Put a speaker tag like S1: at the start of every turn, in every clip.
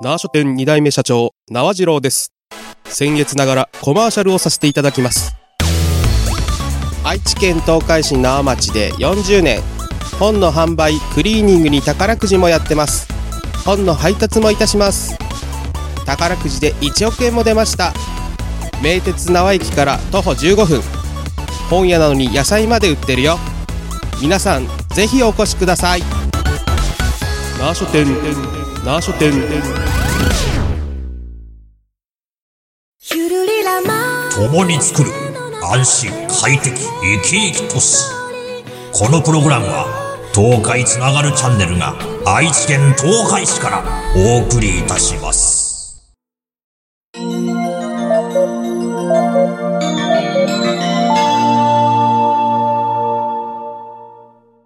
S1: 縄書店2代目社長、縄次郎です。先月ながらコマーシャルをさせていただきます。愛知県東海市縄町で40年、本の販売、クリーニングに宝くじもやってます。本の配達もいたします。宝くじで1億円も出ました。名鉄縄駅から徒歩15分。本屋なのに野菜まで売ってるよ。皆さん、ぜひお越しください。縄書店、縄書店。
S2: ゆるりらま
S3: 共に作る安心快適生き生き都市このプログラムは東海つながるチャンネルが愛知県東海市からお送りいたします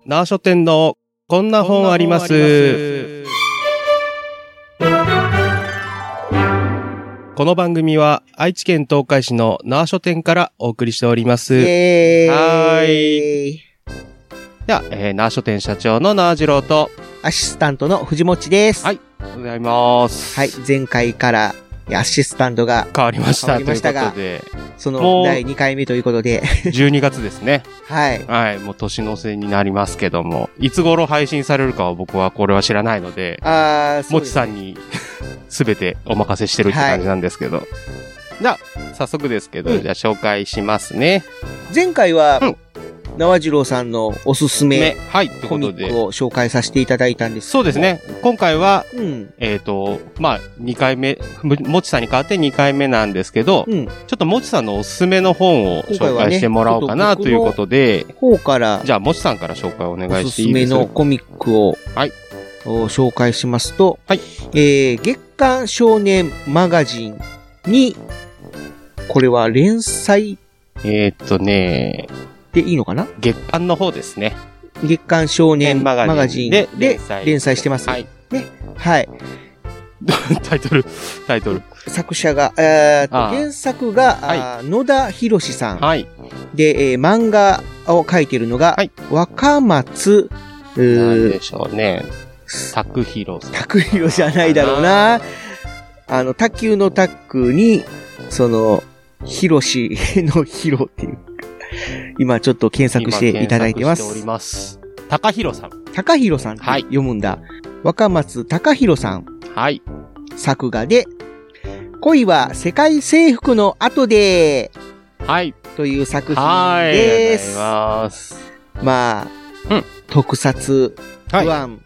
S1: 縄書店のこんな本あります。この番組は愛知県東海市の縄書店からお送りしております。
S4: イ
S1: で
S4: エーイ
S1: はーは、えー、縄書店社長の縄次郎と、
S4: アシスタントの藤持です。
S1: はいおはようございます。
S4: はい。前回から、いやアシスタントが、
S1: 変わりました。
S4: 変わりましたが
S1: というこ
S4: そ
S1: もう
S4: の、第2回目ということで、
S1: とで、12月です ね。
S4: はい。
S1: はい、もう年の瀬になりますけども、いつ頃配信されるかは僕はこれは知らないので、
S4: あー、そ
S1: も
S4: う
S1: ち
S4: です
S1: さんに全てお任せしてるって感じなんですけど。じゃあ、早速ですけど、
S4: うん
S1: じゃあ紹介しますね。
S4: 前回は
S1: うん、
S4: 縄次郎さんのおすす
S1: ね
S4: め、
S1: はい、って
S4: コ
S1: こ
S4: ミ
S1: と
S4: ッ
S1: で。
S4: クを紹介させていただいたんです。
S1: そうですね。今回は、
S4: うん。
S1: えっ、と、まあ、2回目、むもちさんに代わって2回目なんですけど、
S4: うん。
S1: ちょっともちさんのおすすめの本を
S4: 今回
S1: 紹
S4: はね
S1: 介してもらおうかな
S4: ちょっと僕の
S1: ということで、
S4: 方から、
S1: じゃあ、もちさんから紹介お願
S4: お
S1: い
S4: す
S1: して
S4: す
S1: いい
S4: め
S1: です
S4: の
S1: か
S4: コミックを、
S1: はい
S4: お紹介しますと、
S1: はい
S4: えー、月刊少年マガジンに、これは連載
S1: えっ、とね、
S4: でいいのかな
S1: 月刊の方ですね。
S4: 月刊少年マガジンで連載してます。
S1: は
S4: はい。
S1: い。
S4: はい
S1: タイトル、タイトル。
S4: 作者が、えーっと
S1: あー
S4: 原作が、あー野田博さん。
S1: はい。
S4: で、えー漫画を描いてるのが、
S1: はい
S4: 若松、う
S1: なん
S4: ー
S1: でしょうね。拓弘さん。
S4: 拓弘じゃないだろうな。あの、卓球のタックに、その、博 のヒロっていう。今ちょっと検索していただいてま
S1: 今検索しており
S4: す。
S1: ます。高弘さん。
S4: 高弘さんって
S1: はい
S4: 読むんだ。若松高弘さん。
S1: はい。
S4: 作画で、恋は世界征服の後で、
S1: はい。
S4: という作
S1: は
S4: 品
S1: い。ありがとうござ
S4: で
S1: い
S4: す。
S1: ます。
S4: まあ、
S1: うん
S4: 特撮
S1: は
S4: 不
S1: い。
S4: 安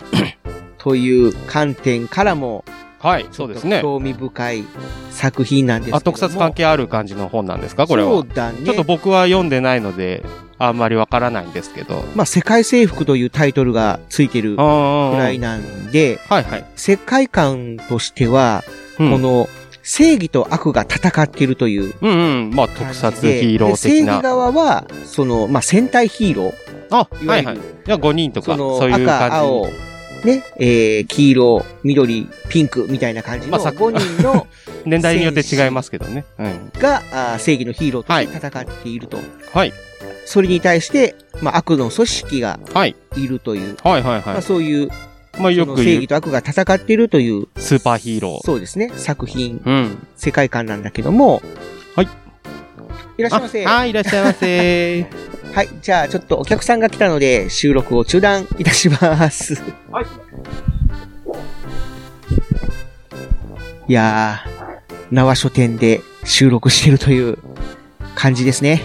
S4: という観点からも、
S1: はい。そうですね。
S4: 興味深い作品なんですけども。
S1: あ、特撮関係ある感じの本なんですかこれ
S4: そ
S1: は
S4: う。だね。
S1: ちょっと僕は読んでないので、あんまりわからないんですけど。
S4: まあ、世界征服というタイトルがついてる
S1: あ
S4: く
S1: あ。は
S4: らい
S1: い
S4: なんで、
S1: はい。
S4: 世界観としては、
S1: うん
S4: この正義と悪が戦っているという
S1: うんうん。まあ、特
S4: 感じで
S1: 撮ヒーロ
S4: で
S1: ー的
S4: 正
S1: な
S4: 義。側は、その、まあ、戦隊ヒーロー。
S1: あ、
S4: いわ
S1: は
S4: ゆ
S1: い
S4: る
S1: はい。じゃあ5人とか、
S4: その、
S1: そういう
S4: 赤、
S1: 感
S4: 青、ね、えー、黄色、緑、ピンクみたいな感じ
S1: ま
S4: の
S1: あさ
S4: 5人の、
S1: じ。年代によって違いますけどね。うん。
S4: が、あー 正義のヒーローとして戦っていると。
S1: はい。
S4: それに対して、まあ、悪の組織が
S1: はい。
S4: いるという、
S1: はいはい
S4: ま
S1: は
S4: あ、そういう、
S1: い。まあ、よ
S4: そ
S1: く
S4: の正
S1: 言う
S4: 義と悪が戦っているという、
S1: スーパーヒーロー。
S4: そうですね、作品、
S1: うん。
S4: 世界観なんだけども、
S1: はい。
S4: いらっしゃいませ。
S1: あはい、いらっしゃいませ。
S4: はい。じゃあ、ちょっとお客さんが来たので、収録を中断いたします。
S1: はい。
S4: いやー、縄書店で収録してるという感じですね。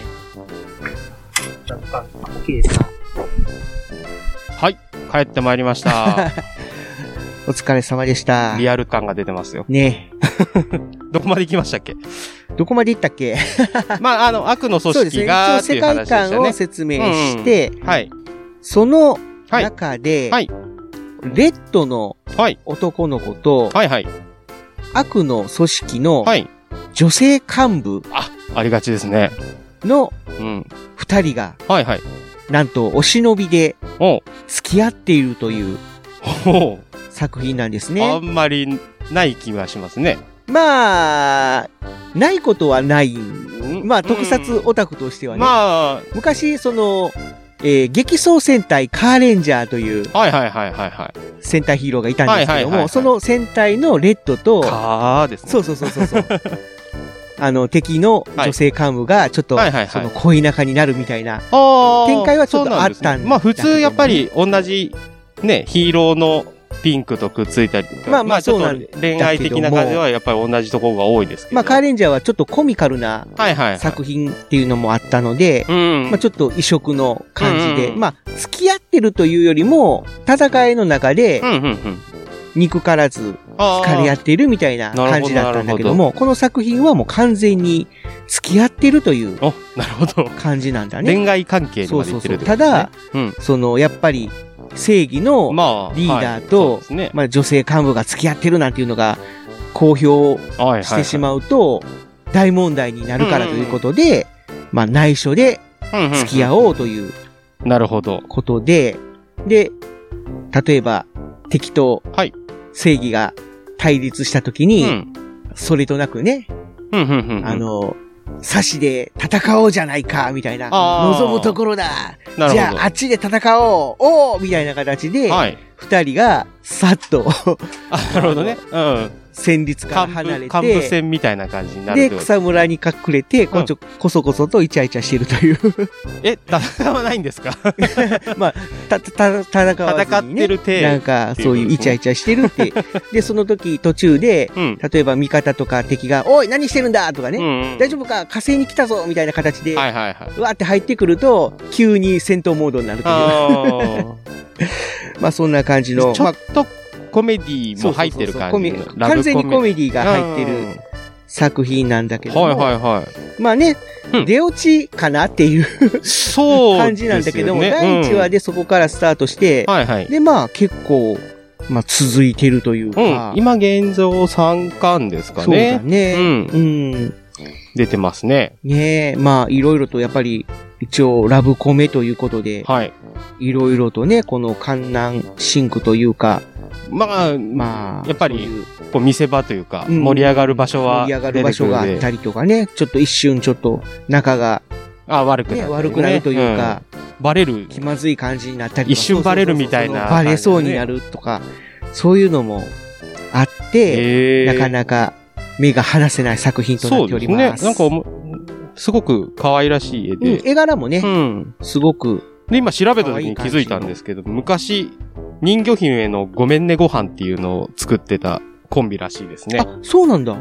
S1: はい、帰ってまいりま した。
S4: お疲れ様でした。
S1: リアル感が出てますよ。
S4: ね
S1: どこまで行きましたっ け
S4: えどこまで行ったっけ
S1: まあ、あの、悪の組
S4: そうです
S1: 織
S4: ね。
S1: が、ってい
S4: 世
S1: う話で
S4: 界
S1: した
S4: 観を
S1: ね。
S4: 説明して、
S1: はい。
S4: その
S1: はい。
S4: 中で、
S1: はい
S4: レッドの
S1: はい。
S4: 男の子と、
S1: はいはい。
S4: 悪の組織の
S1: はい。
S4: 女性幹部
S1: ありがちですね。
S4: の
S1: うん。
S4: 二人が、
S1: はいはい。
S4: なんとお忍びで
S1: おう。
S4: 付き合っているという
S1: おう。
S4: 作品なんです
S1: あ
S4: ね。
S1: んまりない気がしますね。
S4: まあ、ないことはない。まあ、特撮
S1: うん
S4: オタクとしてはね。
S1: まあ、
S4: 昔、その、えー激走戦隊カーレンジャーという
S1: はいはいはいはいはい。
S4: 戦隊ヒーローがいたんですけ
S1: はい
S4: ど
S1: はいはいは
S4: も、
S1: い
S4: その戦隊のレッドと、
S1: かーですね。
S4: そうそうそうそうそう。 あの、敵の女性幹部がちょっと、
S1: はいはいはい
S4: その恋仲になるみたいな。
S1: あー
S4: 展開はちょっと
S1: そうなんですね
S4: あったんだけどね
S1: まあ普通やっぱり同じね、ヒーローのピンクとくっついたりとか、
S4: まあまあ
S1: ちょっと
S4: そうなんだけども
S1: 恋愛的な感じはやっぱり同じところが多いですけど。
S4: まあ、カーレンジャーはちょっとコミカルな
S1: はいはいはい。
S4: 作品っていうのもあったので、
S1: うん。
S4: まあ、ちょっと異色の感じ
S1: うん
S4: で、
S1: うん
S4: まあ、付き合ってるというよりも、戦いの中で
S1: うんうんうん。
S4: 憎からず
S1: あー
S4: 疲れ合ってるみたいな感じだったんだけども、この作品はもう完全に付き合ってるという
S1: お、なるほど。
S4: 感じなんだね。
S1: 恋愛関係に
S4: そ
S1: ま
S4: う
S1: で
S4: そ
S1: 行
S4: う
S1: ってる
S4: そう。
S1: ってこ
S4: た
S1: とですねう
S4: だ、
S1: ん。
S4: その、やっぱり、正義の、ま
S1: まあ、
S4: リーダー
S1: はい
S4: と
S1: そうですね
S4: あ、女性幹部が付き合ってるなんていうのが、公表
S1: はい
S4: してし
S1: う。
S4: まうと、大問題になるからということで、まあ、内緒で付き合
S1: うんうん
S4: おうという
S1: うん。なるほど。
S4: ことで、で、例えば、敵と
S1: はい、
S4: 正義が対立したとき
S1: う
S4: に、
S1: ん。
S4: それとなくね、
S1: うんうんうんうん。
S4: あ、の、差しで戦おうじゃないか、みたいな、
S1: あー
S4: 望むところだ
S1: なるほど。
S4: じゃああっちで戦おうおうみたいな形で、
S1: はい。
S4: 二人がさっと
S1: あ、なるほどね。うん。
S4: 戦率から離れ
S1: 幹部幹部
S4: て、
S1: 戦みたいな感じになるっ
S4: で、
S1: てこと
S4: 草むらに隠れて、こちょ、こそこそとイチャイチャしてるという。
S1: え、戦わないんですか
S4: まあ、た、た、た戦わずに、ね、
S1: 戦ってる体
S4: なんか、そういうイチャイチャしてるって。で、その時途中で、
S1: うん。
S4: 例えば味方とか敵が、おい何してるんだとかね、
S1: うんうん
S4: 大丈夫か火星に来たぞみたいな形で、
S1: はいはいはい。
S4: うわーって入ってくると、急に戦闘モードになるという。
S1: あ
S4: まあそんな感じの
S1: あ。、 ちょ
S4: まあ
S1: っとコメディーも入ってる感じ
S4: そうそうそう
S1: の
S4: コメ
S1: ラブ
S4: 完全にコ
S1: デ
S4: メディが入ってる
S1: る。
S4: 作品なんだけども、
S1: はいはいはい。
S4: まあね、
S1: うん
S4: 出落ちかなっていう
S1: そう。
S4: 感じなんだけども、
S1: ですよね
S4: 第1話
S1: うん
S4: でそこからスタートして、
S1: はいはい。
S4: でまあ結構、まあ続いてるという
S1: うん
S4: か、。
S1: 今現状3巻ですか
S4: そうだ
S1: ね。
S4: ね。
S1: うん
S4: うん
S1: 出てますね。
S4: ねえ、まあ、いろいろとやっぱり、一応、ラブコメということで、
S1: はい。
S4: いろいろとね、この観南シンクというか、
S1: まあ、
S4: まあ、
S1: やっぱり
S4: そういう
S1: こう見せ場というか、
S4: うん
S1: 盛り上がる場所は
S4: 盛り上がる場所があ
S1: 出
S4: って
S1: くるんで
S4: たりとかね、ちょっと一瞬ちょっと仲が、
S1: あ、悪くなる、
S4: ね、悪くなるというか、
S1: うん、バレる。
S4: 気まずい感じになったりとか
S1: 一瞬バレるみたいな
S4: そうそうそうそうバレそうになるとか、そういうのもあって、
S1: え
S4: なかなか目が離せない作品とな
S1: そ
S4: っ
S1: う
S4: てお
S1: です
S4: り
S1: ね。
S4: ます。
S1: なんかおも、すごく可愛らしい絵
S4: うん
S1: で。
S4: 絵柄もね、
S1: うん。
S4: すごく、
S1: で、今調べた時に気づいたんですけど、昔、人魚姫のごめんねご飯っていうのを作ってたコンビらしいですね。
S4: あ、そうなんだ。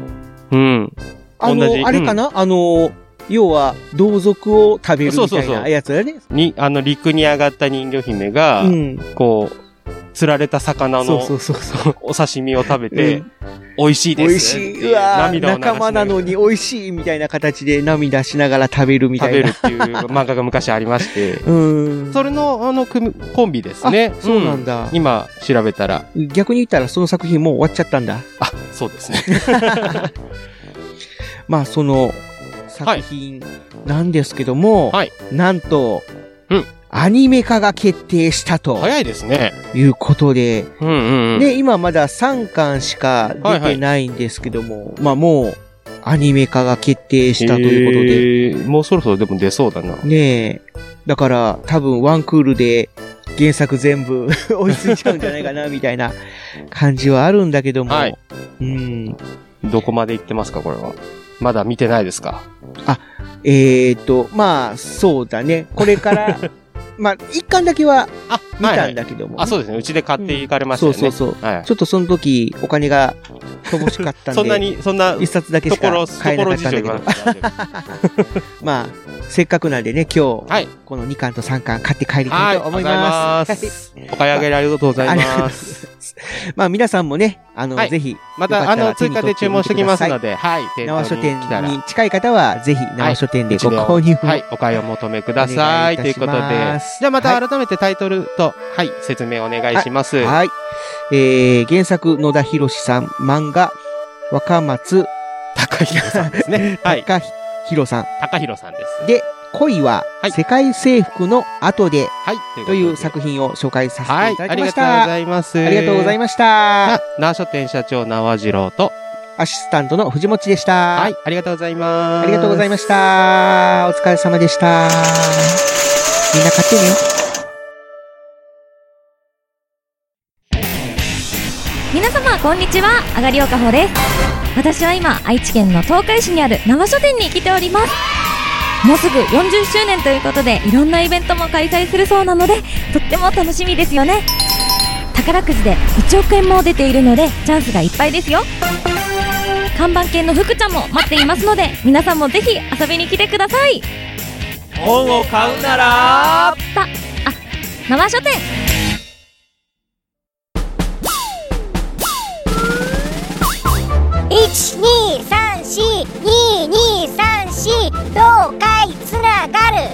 S1: うん。
S4: あ
S1: 同じ
S4: の、あれかな、あの、要は、同族を食べるみ
S1: そう
S4: た
S1: そ
S4: いう
S1: そう
S4: なやつだね。
S1: に、あの、陸に上がった人魚姫が、
S4: うん。
S1: こう、釣られた魚
S4: そ
S1: の
S4: うそうそうそう。
S1: お刺身を食べ
S4: う
S1: て
S4: ん、
S1: 美味しい
S4: 美
S1: で
S4: 味
S1: す
S4: し
S1: って
S4: い。
S1: いう
S4: わ
S1: 涙を流し
S4: 仲間なの
S1: に
S4: に美味しいみたいな形で涙しながら食べるみた
S1: 食
S4: い
S1: べる
S4: な。
S1: っていう漫画が昔ありま して、
S4: うん。
S1: それの、あの、組コンビです
S4: あ
S1: ね。
S4: そうなん
S1: だ。
S4: だ。
S1: 今、調べたら、
S4: 逆に言ったらその作品もう終わっちゃったんだ。
S1: あ、そうですね。
S4: まあ、その作品なんですけども、
S1: はい
S4: なんと、
S1: うん
S4: アニメ化が決定したと
S1: 早いですね。
S4: いうことで、
S1: うんうんうん。
S4: で、今まだ3巻しか出てないんですけども、まあもうアニメ化が決定したというこ
S1: えーもうそろそろでも出そうだな。
S4: とで、ねえ、だから多分ワンクールで原作全部 追いついちゃうんじゃないかな、みたいな感じはあるんだけども、
S1: はい
S4: うん。
S1: どこまで行ってますか、これは。まだ見てないですか。
S4: えー、と、まあそうだね、こ れから、まあ1巻だけは
S1: あ、
S4: 見たん
S1: はいはい
S4: だけどもね、
S1: あ、そうですね。うちで買っていかれましたよね。
S4: うんそうそう
S1: そう。はい。
S4: ちょっとその時お金が乏しかった んで、
S1: そんなに、そんな、
S4: 一冊だけ
S1: と
S4: し
S1: こ
S4: か
S1: ろ、と
S4: 買え
S1: こ
S4: な
S1: ろ
S4: かった
S1: 事
S4: んだ
S1: 情
S4: けど
S1: が。あるんで。
S4: まあ、せっかくなんでね、今日、
S1: はい。
S4: この2巻と3巻買って帰りた
S1: はいい。
S4: と思います。
S1: ありがとうござい ます。お買い上げありがとうございます。
S4: はい まあ、皆さんもね、あの、
S1: はい
S4: ぜひ、
S1: ま
S4: よ
S1: た、
S4: か
S1: あ
S4: ったら
S1: の、追加で注文してきますので、はい。店頭
S4: 縄
S1: に
S4: 書店
S1: 来たら
S4: に近い方は、ぜひ、縄書店でご購入を、
S1: はい、お買いを求めください。
S4: お
S1: とい
S4: 願いいうた
S1: こ
S4: し
S1: とで
S4: ま。す
S1: じゃあまた改めてタイトルと、はい、説明お願いします。はい。
S4: はい。えー、原作、野田博さん、漫画、若松、
S1: 高弘さんですね。はい。
S4: 高弘さん。
S1: 高弘さんです。
S4: で、恋は
S1: はい、
S4: 世界征服の後で、
S1: はい。
S4: という
S1: 作
S4: 作品を紹介させ
S1: は
S4: て
S1: い
S4: い。た
S1: あ
S4: だき
S1: り
S4: ま
S1: が
S4: し
S1: とうご
S4: た。
S1: ざいます。
S4: ありがとうござい
S1: ま
S4: ました。。
S1: な書店社長、縄次郎と、
S4: アシスタントの藤持でした。
S1: はい。ありがとうございます。
S4: ありがとうございました。お疲れ様でした。みんな買ってね。
S5: 皆様こんにちはあがりおかほです私は今愛知県の東海市にある生書店に来ておりますもうすぐ40周年ということでいろんなイベントも開催するそうなのでとっても楽しみですよね宝くじで1億円も出ているのでチャンスがいっぱいですよ看板犬の福ちゃんも待っていますので皆さんもぜひ遊びに来てください
S6: 本を買うなら
S5: たあ生書店
S2: 一二三四二二三四東海つながる